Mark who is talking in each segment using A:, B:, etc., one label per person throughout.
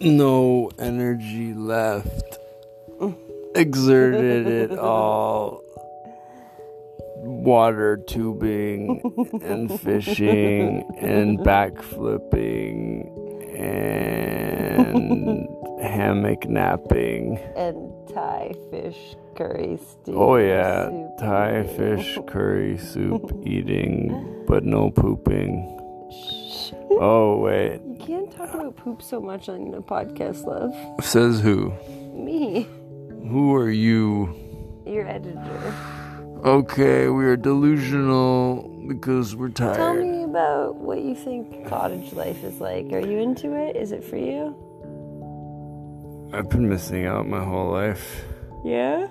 A: no energy left. Exerted it all. Water tubing and fishing and backflipping and hammock napping.
B: and Thai fish curry stew.
A: Oh yeah,
B: soup.
A: Thai fish curry soup eating, but no pooping.
B: Shh.
A: Oh wait,
B: You can't talk about poop so much on a podcast, love.
A: says who?
B: Me,
A: Who are you?
B: your editor.
A: Okay, we are delusional because we're
B: Tell
A: tired.
B: me about what you think cottage life is like. Are you into it? Is it for you?
A: I've been missing out my whole life.
B: Yeah.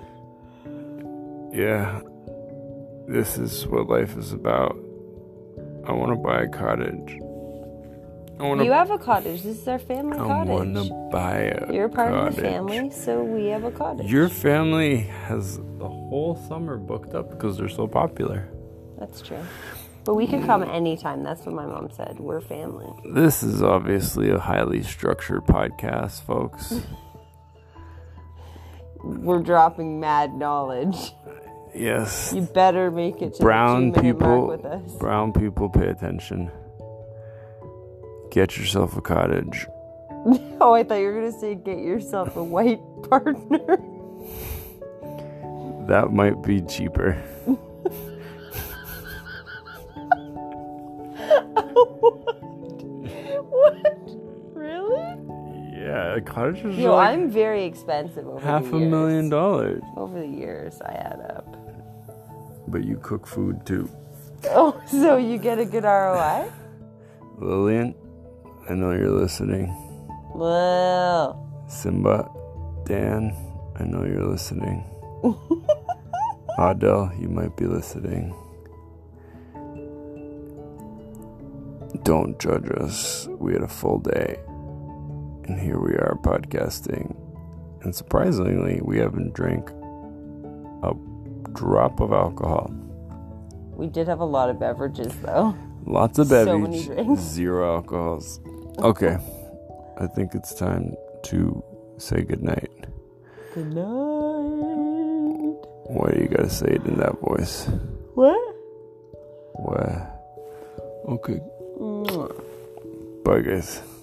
A: Yeah, this is what life is about. I want to buy a cottage. I want
B: You
A: to.
B: have a cottage. This is our family
A: I want
B: cottage.
A: to buy a.
B: You're part of the
A: cottage.
B: family, so we have a cottage.
A: Your family has the whole summer booked up because they're so popular.
B: That's true. But we could come anytime. That's what my mom said. We're family.
A: This is obviously a highly structured podcast, folks.
B: We're dropping mad knowledge.
A: yes.
B: You better make it to
A: Brown
B: the two-minute
A: people
B: mark with us.
A: brown people pay attention. Get yourself a cottage.
B: Oh, I thought you were gonna say get yourself a white partner.
A: That might be cheaper.
B: what? Really?
A: Yeah, cottages
B: Yo,
A: are like
B: I'm very expensive over
A: half
B: the
A: a
B: years.
A: million dollars.
B: Over the years, I add up.
A: But you cook food too.
B: Oh, so you get a good ROI?
A: Lillian, I know you're listening.
B: Well,
A: Simba, Dan, I know you're listening. Adele, you might be listening. Don't judge us. We had a full day. And here we are podcasting. And surprisingly, we haven't drank a drop of alcohol.
B: we did have a lot of beverages though.
A: Lots of
B: So many
A: beverage,
B: drinks.
A: zero alcohols. Okay. I think it's time to say goodnight.
B: Good night.
A: Why do you gotta say it in that voice?
B: What?
A: Why? Okay.
B: Mwah.
A: Bye, guys.